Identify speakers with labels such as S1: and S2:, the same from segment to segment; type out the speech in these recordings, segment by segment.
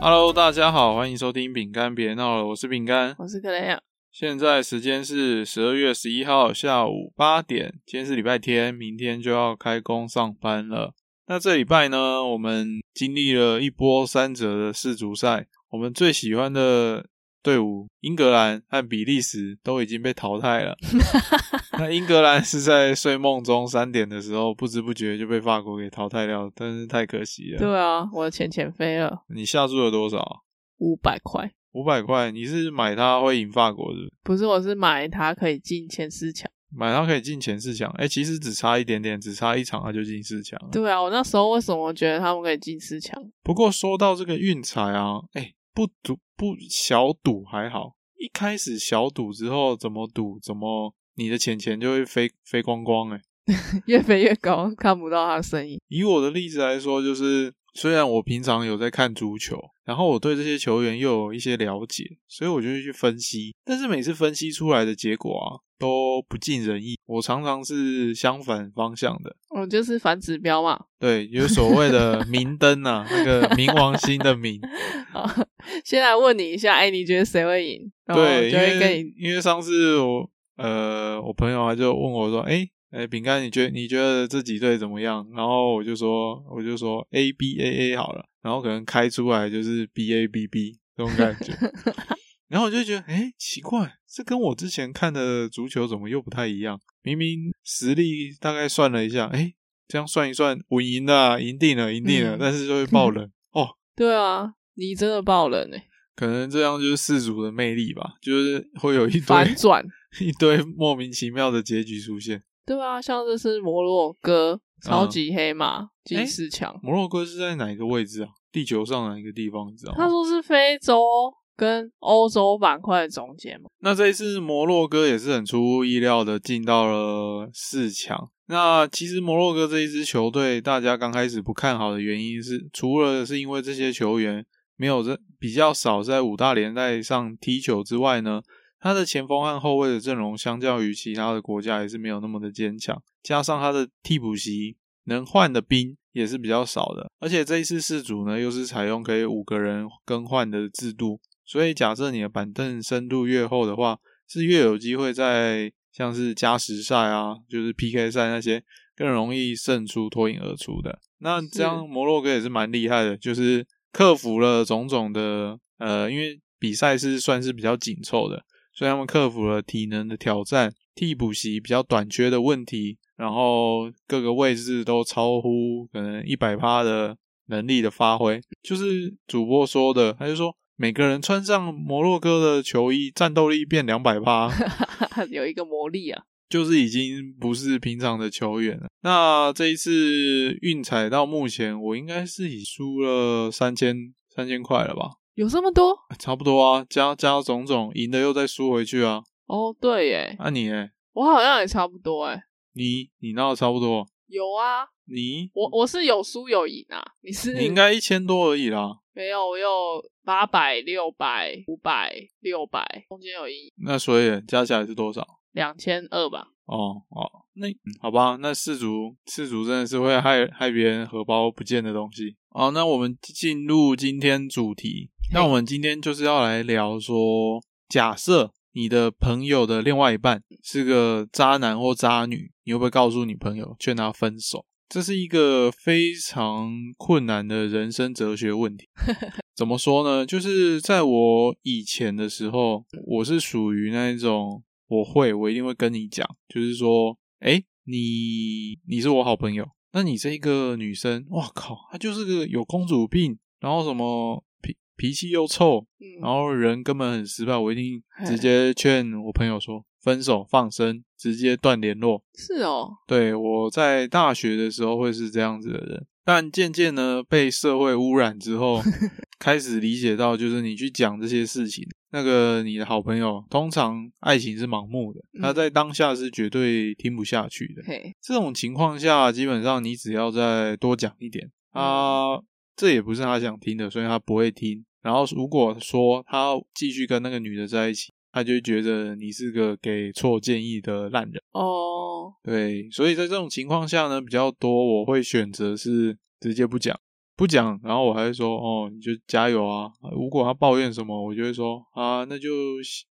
S1: Hello，大家好，欢迎收听《饼干别闹了》，我是饼干。
S2: 我是克雷亚，
S1: 现在时间是十二月十一号下午八点，今天是礼拜天，明天就要开工上班了。那这礼拜呢，我们经历了一波三折的世足赛，我们最喜欢的队伍英格兰和比利时都已经被淘汰了。那英格兰是在睡梦中三点的时候，不知不觉就被法国给淘汰掉，真是太可惜了。
S2: 对啊，我的钱钱飞了
S1: 你下注了多少？啊
S2: 五百块，
S1: 五百块，你是买它会赢法国是不是？
S2: 不是，我是买它可以进前四强。
S1: 买它可以进前四强，哎、其实只差一点点，只差一场它就进四强了。
S2: 对啊，我那时候为什么觉得他们可以进四强？
S1: 不过说到这个运彩啊，哎、不赌不小赌还好，一开始小赌之后怎么赌怎么你的钱钱就会飞飞光光哎、
S2: 越飞越高，看不到他的身影。
S1: 以我的例子来说，就是虽然我平常有在看足球，然后我对这些球员又有一些了解，所以我就会去分析。但是每次分析出来的结果啊，都不尽人意。我常常是相反方向的。
S2: 我就是反指标嘛。
S1: 对，有所谓的明灯啊，那个冥王星的冥。
S2: 好，先来问你一下，哎，你觉得谁会赢？然后
S1: 对，
S2: 我就
S1: 因
S2: 会跟
S1: 为
S2: 你
S1: 因为上次我呃，我朋友他就问我说，哎、哎，饼干，你觉得你觉得这几队怎么样？然后我就说，我就说 A B A A 好了，然后可能开出来就是 B A B B 这种感 觉，然后我就觉得，哎、奇怪，这跟我之前看的足球怎么又不太一样？明明实力大概算了一下，哎、这样算一算，稳赢的啊，赢定了，赢定了，
S2: 嗯
S1: 但是就会爆 冷哦。
S2: 对啊，你真的爆冷哎、
S1: 可能这样就是世足的魅力吧，就是会有一堆
S2: 反转。
S1: 一堆莫名其妙的结局出现。
S2: 对啊，像这是摩洛哥超级黑马
S1: 嗯哎
S2: 进四强，
S1: 摩洛哥是在哪一个位置啊？地球上哪一个地方？你知道
S2: 他
S1: 吗？
S2: 说是非洲跟欧洲板块的中间嘛。
S1: 那这一次摩洛哥也是很出乎意料的进到了四强。那其实摩洛哥这一支球队，大家刚开始不看好的原因是，除了是因为这些球员没有这比较少在五大联赛上踢球之外呢，他的前锋和后卫的阵容相较于其他的国家也是没有那么的坚强，加上他的替补席能换的兵也是比较少的，而且这一次世足呢又是采用可以五个人更换的制度，所以假设你的板凳深度越厚的话，是越有机会在像是加时赛啊，就是 PK 赛那些更容易胜出、脱颖而出的。那这样摩洛哥也是蛮厉害的，就是克服了种种的呃，因为比赛是算是比较紧凑的，所以他们克服了体能的挑战、替补席比较短缺的问题，然后各个位置都超乎可能一百趴的能力的发挥。就是主播说的，他就说每个人穿上摩洛哥的球衣，战斗力变两百趴。
S2: 有一个魔力啊，
S1: 就是已经不是平常的球员了。那这一次运彩到目前，我应该是已输了三千三千块了吧，
S2: 有这么多
S1: 差不多啊，加加种种，赢的又再输回去啊。
S2: 哦。对耶，
S1: 啊你诶
S2: 我好像也差不多哎。
S1: 你你闹的差不多，
S2: 有啊，
S1: 你
S2: 我我是有输有赢啊。你是
S1: 嗯你应该一千多而已啦。
S2: 没有？我有八百、六百、五百、六百，中间有一
S1: 那所以加起来是多少？
S2: 两千二吧。
S1: 哦哦，那嗯好吧，那世足世足真的是会害害别人荷包不见的东西。好，那我们进入今天主题。那我们今天就是要来聊说，假设你的朋友的另外一半是个渣男或渣女，你会不会告诉你朋友劝他分手？这是一个非常困难的人生哲学问题。怎么说呢？就是在我以前的时候，我是属于那一种，我会，我一定会跟你讲，就是说，哎，你你是我好朋友，那你这个女生，哇靠，她就是个有公主病，然后什么脾脾气又臭，
S2: 嗯，
S1: 然后人根本很失败，我一定直接劝我朋友说分手放生，直接断联络。
S2: 是哦，
S1: 对，我在大学的时候会是这样子的人，但渐渐呢被社会污染之后，开始理解到，就是你去讲这些事情，那个你的好朋友，通常爱情是盲目的，他
S2: 嗯
S1: 在当下是绝对听不下去的。
S2: 嘿，
S1: 这种情况下，基本上你只要再多讲一点，他、这也不是他想听的，所以他不会听。然后如果说他继续跟那个女的在一起，他就会觉得你是个给错建议的烂人。
S2: 哦，
S1: 对，所以在这种情况下呢，比较多我会选择是直接不讲，不讲，然后我还会说哦，你就加油啊！如果他抱怨什么，我就会说啊，那就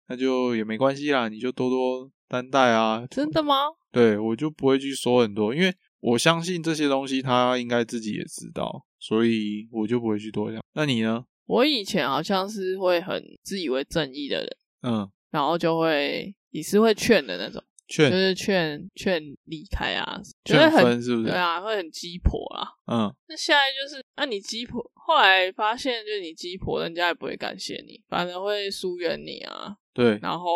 S1: 那就也没关系啦，你就多多担待啊。
S2: 真的吗？
S1: 对我就不会去说很多，因为我相信这些东西他应该自己也知道，所以我就不会去多讲。那你呢？
S2: 我以前好像是会很自以为正义的人，
S1: 嗯，
S2: 然后就会也是会劝的那种，就
S1: 劝
S2: 是劝劝离开啊，就会
S1: 劝
S2: 很
S1: 分是不
S2: 对
S1: 是？
S2: 啊，会很鸡婆啊。
S1: 嗯，
S2: 那现在就是，那、你鸡婆，后来发现就是你鸡婆，人家也不会感谢你，反而会疏远你啊，
S1: 对。
S2: 然后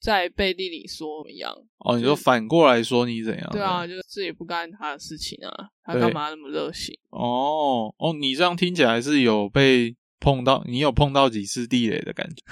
S2: 在背地里说怎么样？
S1: 哦，你说反过来说你怎样？
S2: 对啊，就是自己不干他的事情啊，他
S1: 对
S2: 干嘛那么热心？
S1: 哦哦，你这样听起来是有被碰到，你有碰到几次地雷的感觉？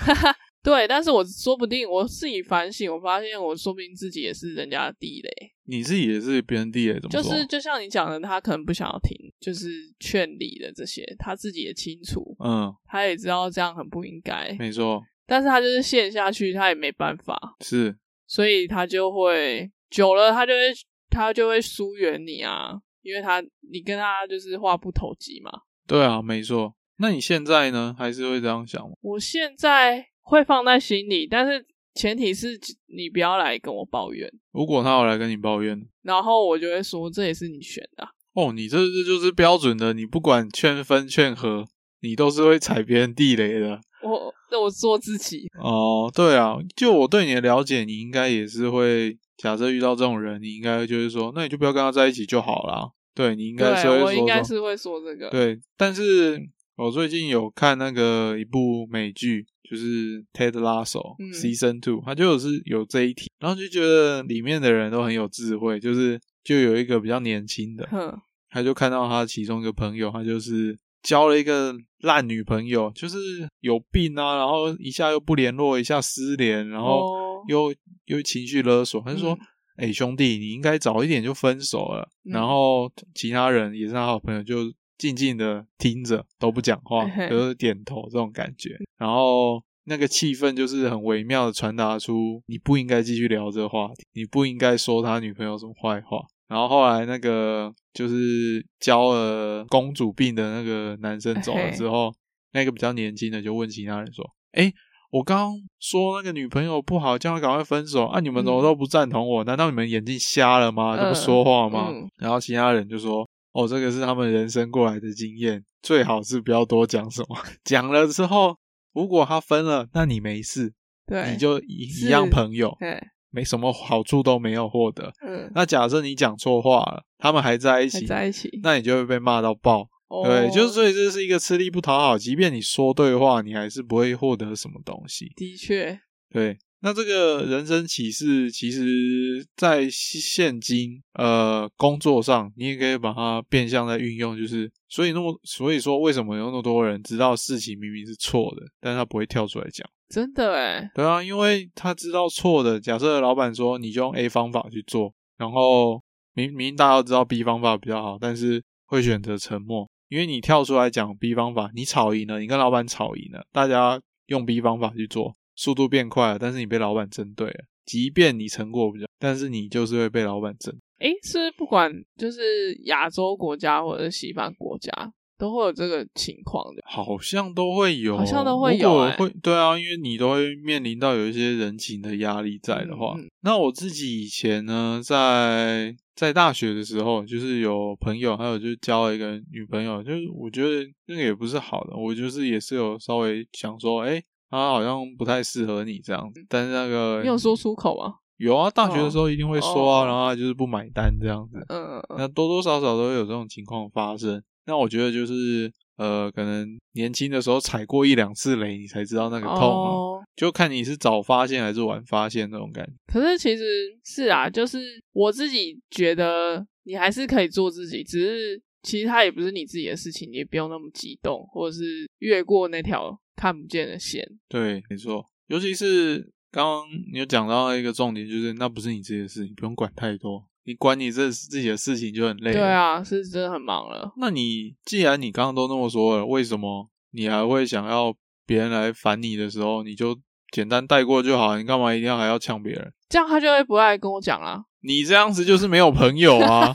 S2: 对，但是我说不定我自己反省，我发现我说不定自己也是人家的地雷，
S1: 你自己也是别人地雷，怎么
S2: 就
S1: 说？
S2: 是就像你讲的，他可能不想要听，就是劝离的这些，他自己也清楚，
S1: 嗯，
S2: 他也知道这样很不应该，
S1: 没错，
S2: 但是他就是陷下去，他也没办法，
S1: 是
S2: 所以他就会久了，他就会他就会疏远你啊，因为他你跟他就是话不投机嘛。
S1: 对啊，没错。那你现在呢，还是会这样想吗？
S2: 我现在会放在心里，但是前提是你不要来跟我抱怨，
S1: 如果他有来跟你抱怨，
S2: 然后我就会说这也是你选的啊、
S1: 哦，你这这就是标准的，你不管劝分劝和，你都是会踩别人地雷的。
S2: 我那我做自己，
S1: 哦，对啊，就我对你的了解，你应该也是会，假设遇到这种人，你应该就是说，那你就不要跟他在一起就好啦。对你应该是会
S2: 对
S1: 说
S2: 我应该
S1: 说
S2: 是会说这 个，
S1: 对，但是我最近有看那个一部美剧，就是《Ted Lasso
S2: 嗯
S1: Season Two》，它就是有这一题，然后就觉得里面的人都很有智慧，就是就有一个比较年轻的，
S2: 哼，
S1: 他就看到他其中一个朋友，他就是交了一个烂女朋友，就是有病啊，然后一下又不联络，一下失联，然后
S2: 哦
S1: 又、又情绪勒索，他就说。
S2: 嗯
S1: 哎、兄弟，你应该早一点就分手了。
S2: 嗯
S1: 然后其他人也是他好朋友，就静静的听着，都不讲话
S2: 嘿，嘿
S1: 就是点头这种感觉。然后那个气氛就是很微妙的传达出，你不应该继续聊这个话题，你不应该说他女朋友什么坏话。然后后来那个就是交了公主病的那个男生走了
S2: 嘿
S1: 之后，那个比较年轻的就问其他人说：“哎、我刚刚说那个女朋友不好，叫她赶快分手啊！你们怎么
S2: 嗯
S1: 都不赞同我？难道你们眼睛瞎了吗？都不
S2: 嗯
S1: 说话吗？
S2: 嗯
S1: 然后其他人就说：“哦，这个是他们人生过来的经验，最好是不要多讲什么。 讲了之后，如果他分了，那你没事，
S2: 对，
S1: 你就一一
S2: 是
S1: 样朋友，
S2: 对，
S1: 没什么好处都没有获得。
S2: 嗯，
S1: 那假设你讲错话了，他们还在一
S2: 还
S1: 起，
S2: 在一起，
S1: 那你就会被骂到爆。对，
S2: 哦
S1: 就是所以这是一个吃力不讨好，即便你说对话，你还是不会获得什么东西。
S2: 的确，
S1: 对，那这个人生启示，其实在现今呃工作上，你也可以把它变相在运用，就是所以那么所以说，为什么有那么多人知道事情明明是错的，但他不会跳出来讲？
S2: 真的哎，
S1: 对啊，因为他知道错的。假设老板说你就用 A 方法去做，然后明明明大家都知道 B 方法比较好，但是会选择沉默，因为你跳出来讲 B 方法，你吵赢了，你跟老板吵赢了，大家用 B 方法去做，速度变快了，但是你被老板针对了。即便你成果比较，但是你就是会被老板针。
S2: 诶，是不是不管就是亚洲国家或者是西方国家都会有这个情况的？
S1: 好像都会有，
S2: 好像都会有
S1: 如果
S2: 欸
S1: 会对啊，因为你都会面临到有一些人情的压力在的话，
S2: 嗯嗯
S1: 那我自己以前呢，在在大学的时候，就是有朋友，还有就是交了一个女朋友，就是我觉得那个也不是好的，我就是也是有稍微想说，哎、她好像不太适合你这样子，但是那个
S2: 你有说出口吗？
S1: 有啊，大学的时候一定会说啊，
S2: 哦
S1: 然后她就是不买单这样子，
S2: 嗯，嗯嗯
S1: 那多多少少都会有这种情况发生。那我觉得就是呃，可能年轻的时候踩过一两次雷，你才知道那个痛啊、
S2: 哦，
S1: 就看你是早发现还是晚发现那种感觉。
S2: 可是其实是啊，就是我自己觉得你还是可以做自己，只是其实它也不是你自己的事情，你也不用那么激动，或者是越过那条看不见的线。
S1: 对，没错，尤其是刚刚你有讲到一个重点，就是那不是你自己的事情，不用管太多，你管你这自己的事情就很累。
S2: 对，啊，是真的很忙了。
S1: 那你既然你刚刚都那么说了，为什么你还会想要别人来烦你的时候，你就简单带过就好？你干嘛一定要还要呛别人？
S2: 这样他就会不爱跟我讲啦。
S1: 你这样子就是没有朋友啊！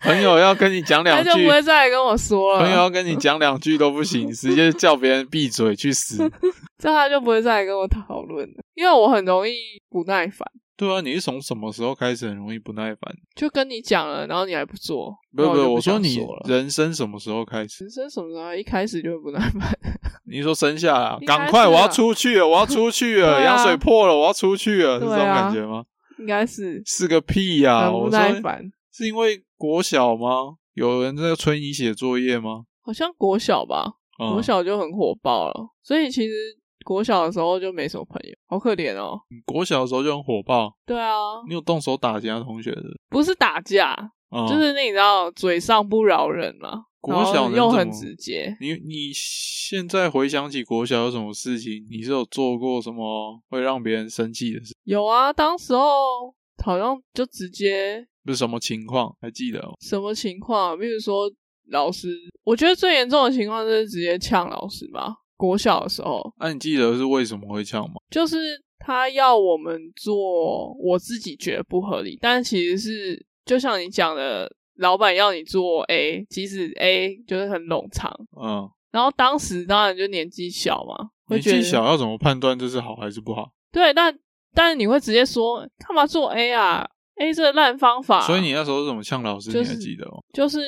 S1: 朋友要跟你讲两
S2: 他就
S1: 句
S2: 不，会再来跟我说
S1: 朋友
S2: 了，
S1: 要跟你讲两句都不 行，直接叫别人闭嘴去死。
S2: 这他就不会再来跟我讨论了，因为我很容易不耐烦，
S1: 对啊，你是从什么时候开始很容易不耐烦？
S2: 就跟你讲了，然后你还不做，
S1: 不
S2: 那
S1: 不，
S2: 就
S1: 我
S2: 想
S1: 说你
S2: 说了
S1: 人生什么时候开始？
S2: 人生什么时候一开始就会不耐烦？
S1: 你说生下来啊，
S2: 应该
S1: 赶快，
S2: 是啊
S1: 我要出去了，我要出去了，
S2: 对啊
S1: 羊水破了，我要出去了，是
S2: 对
S1: 这
S2: 啊
S1: 种感觉吗？
S2: 应该是
S1: 是个屁呀、
S2: 很
S1: 啊我
S2: 不
S1: 说
S2: 耐烦，
S1: 是因为国小吗？有人在催你写作业吗？
S2: 好像国小吧，
S1: 嗯、
S2: 国小就很火爆了，所以其实国小的时候就没什么朋友，好可怜哦。
S1: 国小的时候就很火爆，
S2: 对啊，
S1: 你有动手打其他同学的，
S2: 不是打架，
S1: 嗯、
S2: 就是那你知道嘴上不饶人嘛，
S1: 国小
S2: 然后
S1: 能
S2: 又
S1: 怎
S2: 很
S1: 么
S2: 直接。
S1: 你你现在回想起国小有什么事情，你是有做过什么会让别人生气的事？
S2: 有啊，当时候好像就直接
S1: 不是什么情况？还记得哦吗？
S2: 什么情况，比如说老师，我觉得最严重的情况就是直接呛老师吧。国小的时候，
S1: 那、啊你记得是为什么会呛吗？
S2: 就是他要我们做我自己觉得不合理，但其实是就像你讲的，老板要你做 A，即使 A 就是很冗长，
S1: 嗯，
S2: 然后当时当然就年纪小嘛，会
S1: 年
S2: 觉得
S1: 纪小要怎么判断这是好还是不好？
S2: 对，但但是你会直接说干嘛做 A 啊？A 这个烂方法，
S1: 所以你那时候是怎么呛老师？
S2: 啊就是
S1: 你还记得吗？
S2: 就是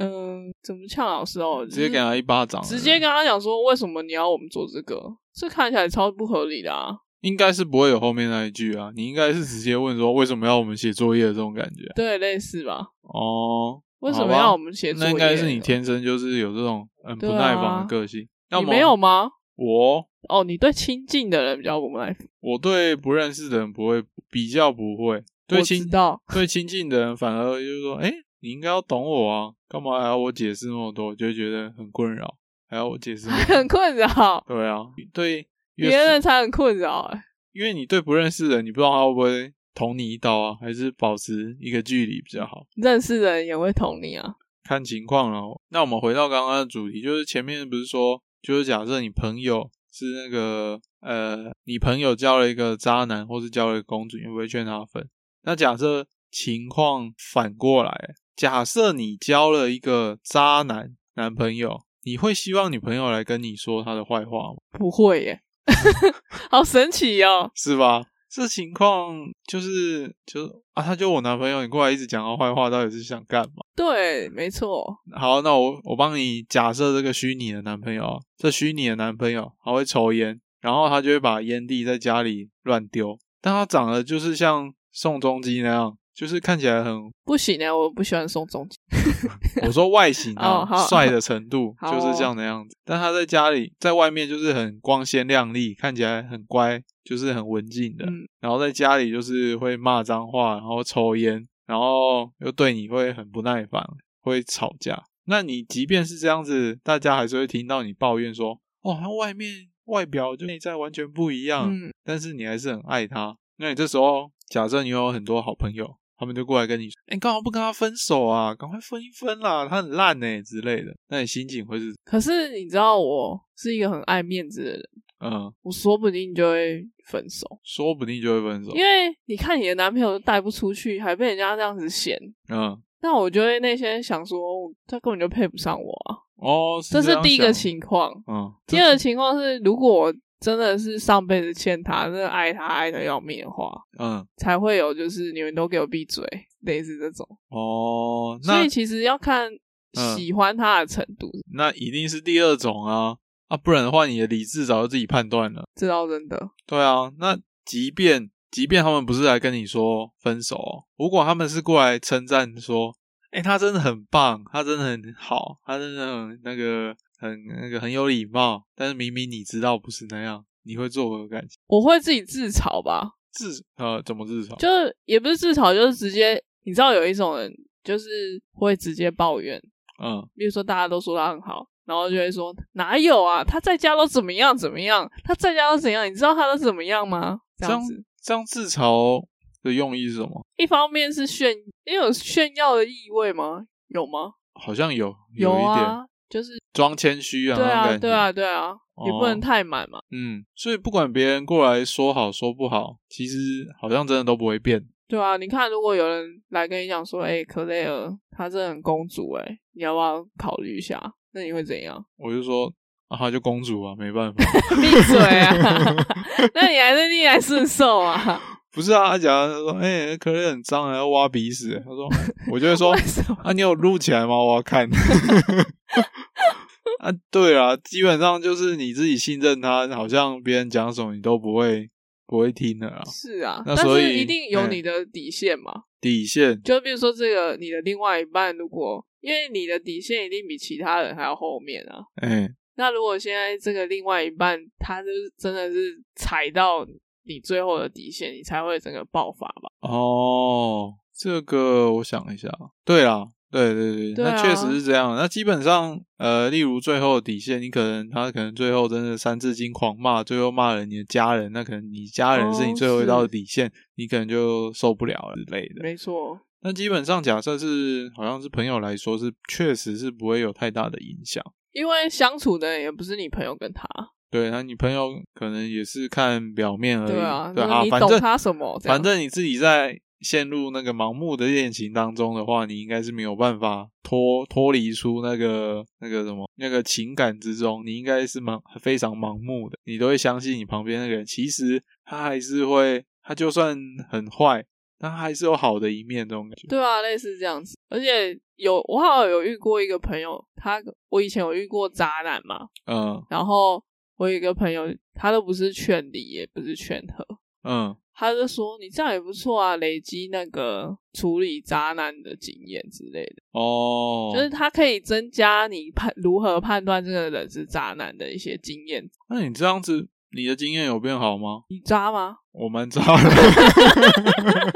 S2: 嗯、怎么呛老师哦，
S1: 直接给他一巴掌，
S2: 就是直接跟他讲说为什么你要我们做这个，这看起来超不合理的啊。
S1: 应该是不会有后面那一句啊，你应该是直接问说为什么要我们写作业这种感觉
S2: 对，类似吧？
S1: 哦。
S2: 为什
S1: 好
S2: 么
S1: 吧
S2: 要我们写作
S1: 那
S2: 业？
S1: 应该是你天生就是有这种很不
S2: 对啊
S1: 耐烦的个性。要
S2: 你
S1: 么
S2: 没有吗？
S1: 我，
S2: 哦，你对亲近的人比较不耐烦，
S1: 我对不认识的人不会，比较不会。对
S2: 我知
S1: 亲
S2: 道，
S1: 对亲近的人反而就是说，哎、你应该要懂我啊，干嘛还要我解释那么多？就会觉得很困扰，还要我解释那么多。
S2: 很困扰，
S1: 对啊，对，
S2: 别
S1: 因为
S2: 人才很困扰、欸。
S1: 因为你对不认识的人，你不知道他会不会捅你一刀啊，还是保持一个距离比较好。
S2: 认识的人也会捅你啊，
S1: 看情况了。哦那我们回到刚刚的主题，就是前面不是说，就是假设你朋友是那个呃，你朋友交了一个渣男，或是交了一个公主，你会不会劝他分？那假设情况反过来，假设你交了一个渣男男朋友，你会希望你朋友来跟你说他的坏话吗？
S2: 不会耶、 好神奇哦！
S1: 是吧？这情况就是就是啊，他就我男朋友，你过来一直讲他坏话，到底是想干嘛？
S2: 对，没错，
S1: 好，那我我帮你假设这个虚拟的男朋友啊，这虚拟的男朋友他会抽烟，然后他就会把烟蒂在家里乱丢，但他长得就是像宋仲基那样，就是看起来很，
S2: 不行哎，我不喜欢宋仲基。
S1: 我说外形
S2: 哦
S1: 啊
S2: 好，
S1: 帅的程度
S2: 好
S1: 就是这样的样子，但他在家里在外面就是很光鲜亮丽，看起来很乖，就是很文静的，
S2: 嗯
S1: 然后在家里就是会骂脏话，然后抽烟，然后又对你会很不耐烦，会吵架。那你即便是这样子，大家还是会听到你抱怨说：“哦，他外面外表就内在完全不一样。
S2: 嗯，
S1: 但是你还是很爱他。那你这时候，假设你有很多好朋友，他们就过来跟你说：“哎、你干嘛不跟他分手啊？赶快分一分啦，他很烂呢、之类的。”那你心情会是
S2: 可是你知道我是一个很爱面子的人，
S1: 嗯，
S2: 我说不定就会分手，
S1: 说不定就会分手。
S2: 因为你看你的男朋友都带不出去，还被人家这样子嫌，
S1: 嗯，
S2: 那我就会那些想说他根本就配不上我啊，
S1: 哦，
S2: 这
S1: 这
S2: 是
S1: 样
S2: 第一个
S1: 想。
S2: 情况。
S1: 嗯，
S2: 第二个情况是，如果我真的是上辈子欠他，真的爱他爱的要命的话，
S1: 嗯，
S2: 才会有就是你们都给我闭嘴，类似这种。
S1: 哦，那嗯
S2: 所以其实要看喜欢他的程度，
S1: 那一定是第二种啊啊，不然的话你的理智早就自己判断了。
S2: 这倒真的。
S1: 对啊，那即便即便他们不是来跟你说分手哦、如果他们是过来称赞说，哎、他真的很棒，他真的很好，他真的很那个很那个很有礼貌，但是明明你知道不是那样，你会作何感想？
S2: 我会自己自嘲吧，
S1: 自呃怎么自嘲？
S2: 就是也不是自嘲，就是直接，你知道有一种人就是会直接抱怨，
S1: 嗯
S2: 比如说大家都说他很好，然后就会说哪有啊，他在家都怎么样怎么样，他在家都怎样，你知道他都怎么样吗？这样子，
S1: 这样自嘲的用意是什么？
S2: 一方面是炫，因为有炫耀的意味吗？有吗？
S1: 好像有
S2: 有
S1: 一点
S2: 啊，就是
S1: 装谦虚啊，
S2: 对
S1: 那种
S2: 啊，
S1: 感觉
S2: 对啊，对啊，也不能
S1: 哦
S2: 太满嘛。
S1: 嗯，所以不管别人过来说好说不好，其实好像真的都不会变。
S2: 对啊，你看，如果有人来跟你讲说，哎、克雷尔她真的很公主、欸，哎，你要不要考虑一下？那你会怎样？
S1: 我就说啊，她就公主啊，没办法。
S2: 闭嘴啊！ 那你还是逆来顺受啊？
S1: 不是啊，他讲他说，哎、欸，可乐很脏啊，要挖鼻屎。他说，我就会说
S2: 为，什么？
S1: 啊，你有录起来吗？我要看。 啊，对啊，基本上就是你自己信任他，好像别人讲什么你都不会不会听的啦。
S2: 是啊，
S1: 哦那
S2: 但
S1: 所
S2: 是
S1: 以
S2: 一定有
S1: 嗯
S2: 你的底线嘛。
S1: 底线
S2: 就比如说，这个你的另外一半，如果因为你的底线一定比其他人还要后面啊。
S1: 哎、
S2: 那如果现在这个另外一半，他就是真的是踩到你最后的底线，你才会整个爆发吧？
S1: 哦，这个我想一下，对啦，对对对，
S2: 对
S1: 那确
S2: 啊
S1: 实是这样。那基本上，呃，例如最后底线，你可能他可能最后真的三字经狂骂，最后骂了你的家人，那可能你家人是你
S2: 哦
S1: 最后一道
S2: 是
S1: 底线，你可能就受不了了之类的。
S2: 没错，
S1: 那基本上，假设是好像是朋友来说是，确实是不会有太大的影响。
S2: 因为相处的人也不是你朋友跟他，
S1: 对，那你朋友可能也是看表面而已，
S2: 对啊
S1: 对
S2: 那
S1: 啊，
S2: 你
S1: 反
S2: 懂
S1: 正
S2: 他什么这样
S1: 反正你自己在陷入那个盲目的恋情当中的话，你应该是没有办法脱脱离出那个那个什么那个情感之中，你应该是盲非常盲目的，你都会相信你旁边那个人，其实他还是会，他就算很坏，但他还是有好的一面，这种感觉。
S2: 对啊，类似这样子。而且有我好像有遇过一个朋友，他我以前有遇过渣男嘛，
S1: 嗯
S2: 然后我有一个朋友，他都不是劝离，也不是劝和，
S1: 嗯，
S2: 他就说你这样也不错啊，累积那个处理渣男的经验之类的，
S1: 哦，
S2: 就是他可以增加你判如何判断这个人是渣男的一些经验。
S1: 那你这样子，你的经验有变好吗？嗯
S2: 你渣吗？
S1: 我蛮 渣的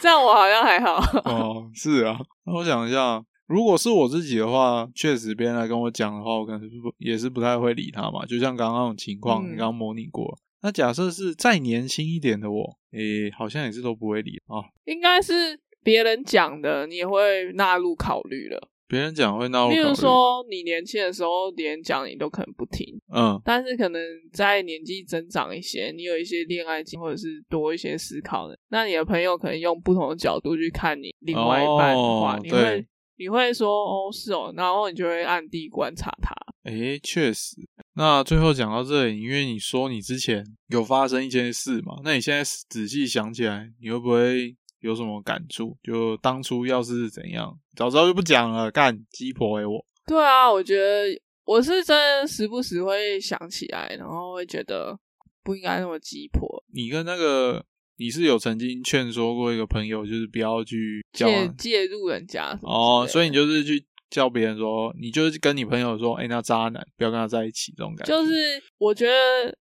S2: 这样我好像还好。
S1: 哦，是啊。那我想一下，如果是我自己的话，确实别人来跟我讲的话，我可能是不也是不太会理他嘛。就像刚刚那种情况，
S2: 嗯
S1: 你刚刚模拟过。那假设是再年轻一点的我，诶、好像也是都不会理啊。
S2: 应该是别人讲的，你也会纳入考虑了。
S1: 别人讲会闹，
S2: 例如，说，你年轻的时候，别人讲你都可能不听，
S1: 嗯
S2: 但是可能在年纪增长一些，你有一些恋爱经，或者是多一些思考的，那你的朋友可能用不同的角度去看你另外一半的话，
S1: 哦
S2: 你
S1: 对
S2: 会你会说哦是哦，然后你就会暗地观察他。
S1: 诶，确实。那最后讲到这里，因为你说你之前有发生一件事嘛，那你现在仔细想起来，你会不会有什么感触？就当初要是怎样，早知道就不讲了，干鸡婆诶、欸我。
S2: 对啊，我觉得我是真的时不时会想起来，然后会觉得不应该那么急迫，
S1: 你跟那个你是有曾经劝说过一个朋友，就是不要去交
S2: 介
S1: 往
S2: 介入人家什么之类的
S1: 哦，所以你就是去叫别人说，你就是跟你朋友说，哎、那渣男不要跟他在一起这种感觉，
S2: 就是我觉得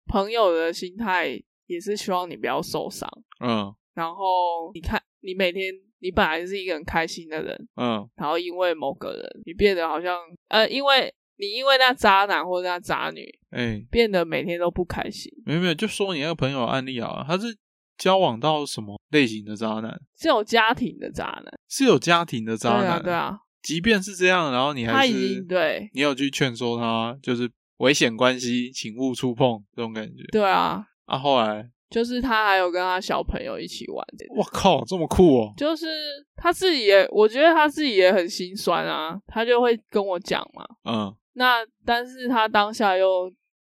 S2: 朋友的心态也是希望你不要受伤，
S1: 嗯
S2: 然后你看你每天你本来是一个很开心的人，
S1: 嗯
S2: 然后因为某个人你变得好像呃，因为你因为那渣男或者那渣女
S1: 哎、
S2: 变得每天都不开心，
S1: 没有没有，就说你那个朋友的案例好了，他是交往到什么类型的渣男？
S2: 是有家庭的渣男，
S1: 是有家庭的渣
S2: 对
S1: 男，
S2: 啊对啊，
S1: 即便是这样，然后你
S2: 他
S1: 还
S2: 已
S1: 是
S2: 经对
S1: 你有去劝说他，就是危险关系，请勿触碰这种感觉。
S2: 对啊，
S1: 啊，后来
S2: 就是他还有跟他小朋友一起玩，
S1: 我靠，这么酷哦！
S2: 就是他自己也我觉得他自己也很心酸啊，他就会跟我讲嘛。
S1: 嗯，
S2: 那但是他当下又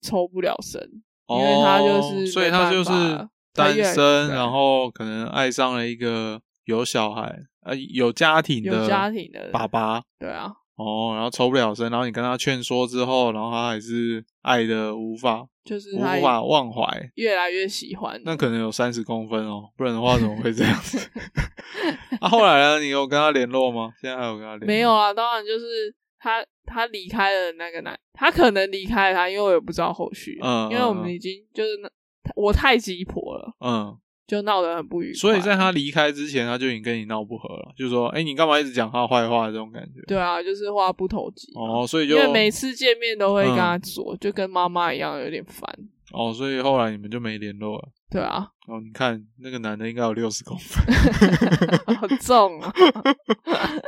S2: 抽不了身，
S1: 哦
S2: 因为他就是
S1: 所以他就是
S2: 没办法
S1: 单
S2: 他越
S1: 身，
S2: 对
S1: 然后可能爱上了一个有小孩、呃有家庭的
S2: 有家庭的人
S1: 爸爸
S2: 对啊，
S1: 哦，然后抽不了身，然后你跟他劝说之后，然后他还是爱的无法
S2: 就是
S1: 无
S2: 他
S1: 法忘怀，
S2: 越来越喜欢
S1: 哦
S2: 你。
S1: 那可能有三十公分哦，不然的话怎么会这样子？ 啊，后来呢？你有跟他联络吗？现在还有跟他联络？
S2: 没有。啊，当然就是他他离开了那个男，他可能离开了他，因为我也不知道后续，
S1: 嗯
S2: 因为
S1: 嗯
S2: 我们
S1: 嗯
S2: 已经就是那我太鸡婆了，
S1: 嗯，
S2: 就闹得很不愉快。
S1: 所以在他离开之前，他就已经跟你闹不和了，就说：“哎、你干嘛一直讲他坏话？”这种感觉。
S2: 对啊，就是话不投机啊。
S1: 哦，所以
S2: 因
S1: 就嗯
S2: 为每次见面都会跟他说，就跟妈妈一样，有点烦。
S1: 哦，所以后来你们就没联络了。
S2: 对啊，
S1: 哦，你看那个男的应该有六十公分，
S2: 好重啊！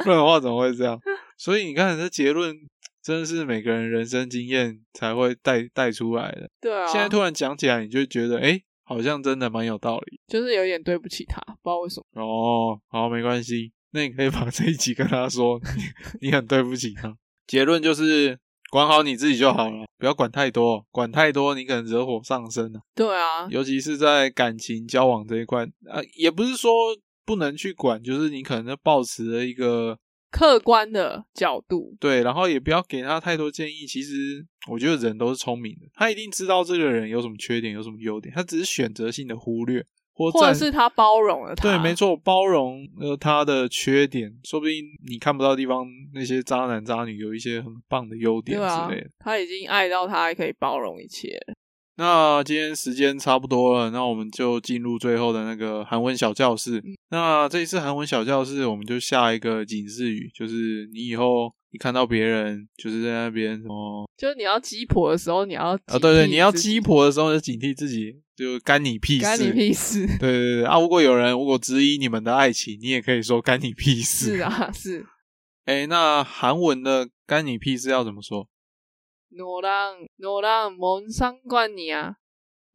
S1: 不然的话怎么会这样？所以你看，这结论真的是每个人人生经验才会带带出来的。
S2: 对啊，
S1: 现在突然讲起来，你就觉得，哎、好像真的蛮有道理。
S2: 就是有点对不起他，不知道为什么。
S1: 哦，好，没关系。那你可以把这一集跟他说，你你 很对不起他。结论就是管好你自己就好了，不要管太多，管太多你可能惹火上身了、
S2: 对啊，
S1: 尤其是在感情交往这一块，啊，也不是说不能去管，就是你可能要保持了一个
S2: 客观的角度，
S1: 对，然后也不要给他太多建议。其实我觉得人都是聪明的，他一定知道这个人有什么缺点，有什么优点，他只是选择性的忽略，或
S2: 或者
S1: 暂
S2: 是他包容了他。
S1: 对，没。错，包容呃他的缺点，说不定你看不到的地方，那些渣男渣女有一些很棒的优点
S2: 对啊
S1: 之类的。，
S2: 他已经爱到他还可以包容一切了。
S1: 那今天时间差不多了，那我们就进入最后的那个韩文小教室。
S2: 嗯
S1: 那这一次韩文小教室，我们就下一个警示语，就是你以后你看到别人就是在那边什么
S2: 就是你要鸡婆的时候，你要
S1: 啊，对对，
S2: 警惕
S1: 你要
S2: 自己
S1: 鸡婆的时候就警惕自己，就干你屁事，
S2: 干你 屁事！
S1: 对对对啊！如果有人如果质疑你们的爱情，你也可以说干你屁事。
S2: 是啊，是
S1: 哎，那韩文的“干你屁事”要怎么说？
S2: 노랑노랑뭔 상관이야？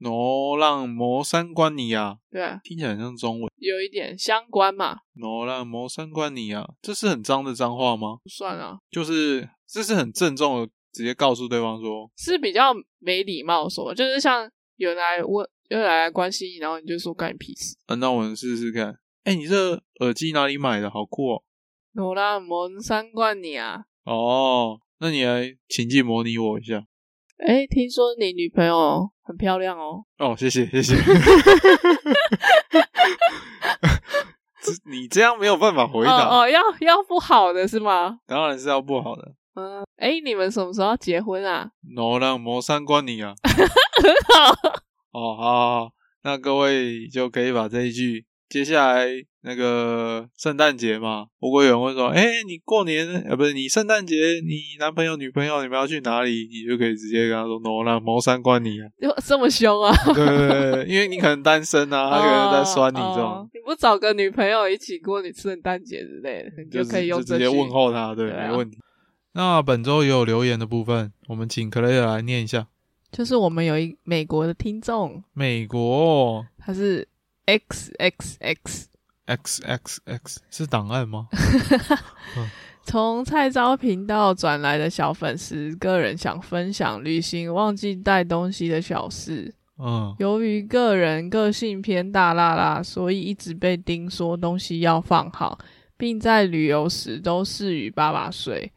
S1: 挪让魔三关你呀、
S2: 啊对啊，
S1: 听起来很像中文。
S2: 有一点相关嘛，
S1: 挪让魔三关你呀、这是很脏的脏话吗？
S2: 不算啊，
S1: 就是这是很郑重的，直接告诉对方说，
S2: 是比较没礼貌的说，就是像有人来问，有人来关心你，然后你就说干你屁事。
S1: 嗯、那我们试试看。哎，你这耳机哪里买的？好酷哦！
S2: 노랑뭔 상관이야？
S1: 哦，那你来情境模拟我一下。
S2: 哎，听说你女朋友很漂亮哦，
S1: 哦，谢谢谢谢。 这你这样没有办法回答，
S2: 哦哦，要要不好的是吗？
S1: 当然是要不好的。
S2: 嗯，哎，你们什么时候要结婚啊？
S1: 挪让魔三关你啊！哦，好好好，那各位就可以把这一句，接下来那个圣诞节嘛，如果有人问说，哎、你过年呃不是你圣诞节，你男朋友女朋友你们要去哪里，你就可以直接跟他说，喏，那谋三关 你啊，
S2: 就这么凶啊？
S1: 对对对对，因为你可能单身啊， 他可能在酸你这
S2: 哦
S1: 种
S2: 哦，你不找个女朋友一起过你圣诞节之类的，你
S1: 就
S2: 可以
S1: 是
S2: 用
S1: 就
S2: 这
S1: 直接
S2: 句
S1: 问。候他，对，
S2: 对啊
S1: 没问题。那本周也有留言的部分，我们请克雷尔来念一下。
S2: 就是我们有一美国的听众，
S1: 美国哦
S2: 他是 X X X，
S1: X X X 是档案吗？
S2: 从蔡招频道转来的小粉丝，个人想分享旅行忘记带东西的小事。
S1: 嗯，
S2: 由于个人个性偏大辣辣，所以一直被叮说东西要放好，并在旅游时都是与爸爸睡。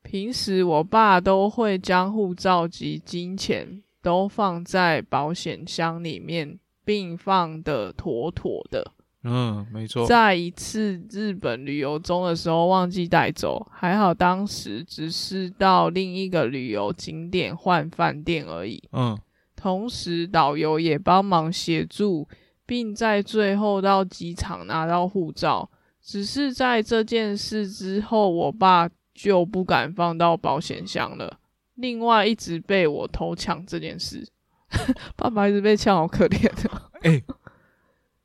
S2: 平时我爸都会将护照及金钱都放在保险箱里面，并放的妥妥的。
S1: 嗯，没错。
S2: 在一次日本旅游中的时候忘记带走，还好当时只是到另一个旅游景点换饭店而已。
S1: 嗯
S2: 同时导游也帮忙协助，并在最后到机场拿到护照。只是在这件事之后，我爸就不敢放到保险箱了。另外，一直被我偷抢这件事， 爸爸一直被抢，好可怜哦。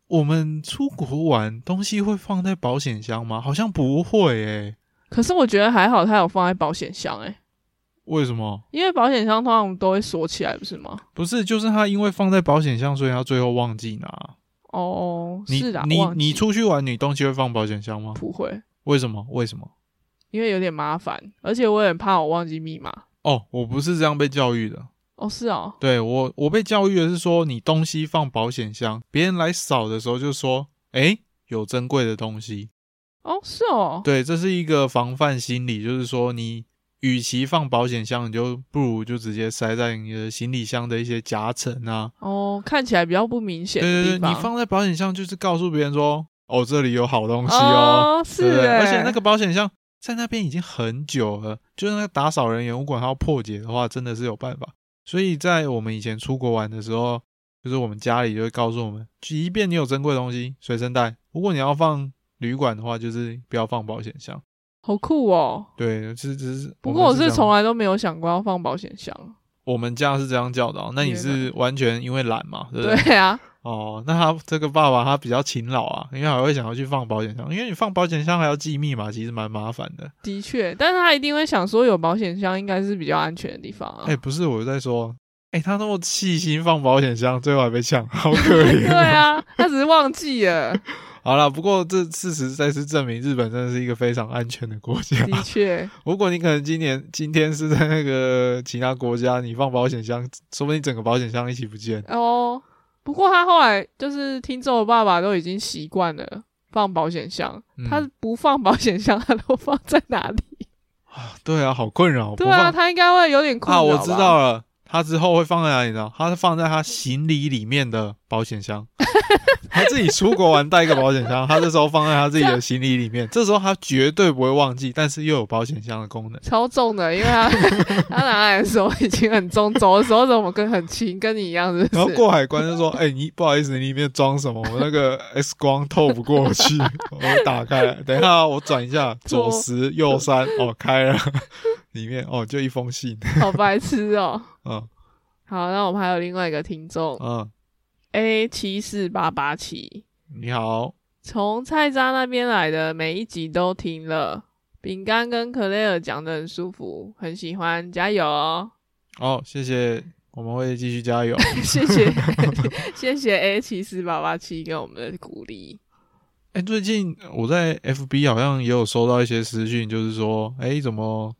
S1: 我们出国玩，东西会放在保险箱吗？好像不会诶、
S2: 可是我觉得还好，他有放在保险箱、欸，
S1: 为什么？
S2: 因为保险箱通常都会锁起来，不是吗？
S1: 不是，就是他因为放在保险箱，所以他最后忘记拿。
S2: 哦，
S1: 你
S2: 是的，
S1: 你
S2: 忘记
S1: 你出去玩，你东西会放保险箱吗？
S2: 不会，
S1: 为什么？为什么？
S2: 因为有点麻烦，而且我也很怕我忘记密码。
S1: 哦，我不是这样被教育的。
S2: 哦，是哦，
S1: 对我，我被教育的是说，你东西放保险箱，别人来扫的时候就说，诶，有珍贵的东西。
S2: 哦，是哦，
S1: 对，这是一个防范心理，就是说你与其放保险箱，你就不如就直接塞在你的行李箱的一些夹层啊。
S2: 哦，看起来比较不明显
S1: 对
S2: 的
S1: 对对，
S2: 地方。
S1: 你放在保险箱就是告诉别人说，哦，这里有好东西哦，
S2: 哦，
S1: 对
S2: 是
S1: 不对？
S2: 欸，
S1: 而且那个保险箱在那边已经很久了，就是那个打扫人员，如果他要破解的话，真的是有办法。所以在我们以前出国玩的时候，就是我们家里就会告诉我们，即便你有珍贵的东西随身带，如果你要放旅馆的话，就是不要放保险箱。
S2: 好酷哦。
S1: 对，是只是。
S2: 不过我是从
S1: 来
S2: 来都没有想过要放保险箱。
S1: 我们家是这样教导，那你
S2: 原
S1: 是完全因为懒嘛，对不对？
S2: 对啊，
S1: 哦，那他这个爸爸他比较勤劳啊，因为还会想要去放保险箱，因为你放保险箱还要记密码，其实蛮麻烦的。
S2: 的确，但是他一定会想说有保险箱应该是比较安全的地方啊。
S1: 哎哎、不是我在说，哎、他那么细心放保险箱，最后还被抢，好可怜、
S2: 对啊，他只是忘记了，
S1: 好了，不过这事实再次证明，日本真的是一个非常安全的国家。
S2: 的确，
S1: 如果你可能今年今天是在那个其他国家，你放保险箱，说不定整个保险箱一起不见。
S2: 哦，不过他后来就是听众的爸爸都已经习惯了放保险箱，
S1: 嗯
S2: 他不放保险箱，他都放在哪里？
S1: 对啊，好困扰。
S2: 对
S1: 不
S2: 啊，
S1: 放
S2: 他应该会有点困
S1: 啊，
S2: 扰吧
S1: 我知道了，他之后会放在哪里呢？他是放在他行李里面的保险箱。 他自己出国玩带一个保险箱，他这时候放在他自己的行李里面，这时候他绝对不会忘记，但是又有保险箱的功能。
S2: 超重的，因 为他他拿来的时候已经很重，走的时候怎么跟很轻，跟你一样 是不
S1: 然后
S2: 是？
S1: 过海关就说：“哎、你不好意思，你里面装什么？我那个 X 光透不过去，我打开来，等一下啊我转一下，左十右三，哦，开了，里面哦就一封信，
S2: 好白痴哦、
S1: 嗯
S2: 好，那我们还有另外一个听众
S1: 嗯，
S2: A 七四八八七，
S1: 你好，
S2: 从菜渣那边来的，每一集都听了。饼干跟可乐尔讲的很舒服，很喜欢，加油哦！
S1: 哦，谢谢，我们会继续加油，
S2: 谢谢 谢谢 A 七四八八七给我们的鼓励。
S1: 哎、最近我在 FB 好像也有收到一些私讯，就是说，哎、怎么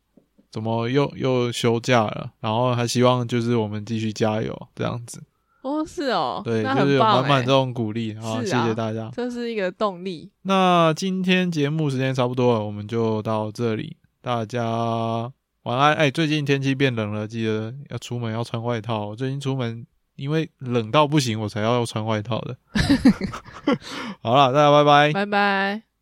S1: 怎么又又休假了，然后还希望就是我们继续加油这样子，
S2: 哦，是哦，
S1: 对，
S2: 那
S1: 就是
S2: 很
S1: 有
S2: 棒
S1: 满
S2: 哎、
S1: 满这种鼓励啊，谢
S2: 是啊
S1: 谢大家。
S2: 这是一个动力。
S1: 那今天节目时间差不多了，我们就到这里，大家晚安。哎、最近天气变冷了，记得要出门要穿外套。我最近出门因为 冷到不行，我才要穿外套的。好啦，大家拜拜。
S2: 拜拜。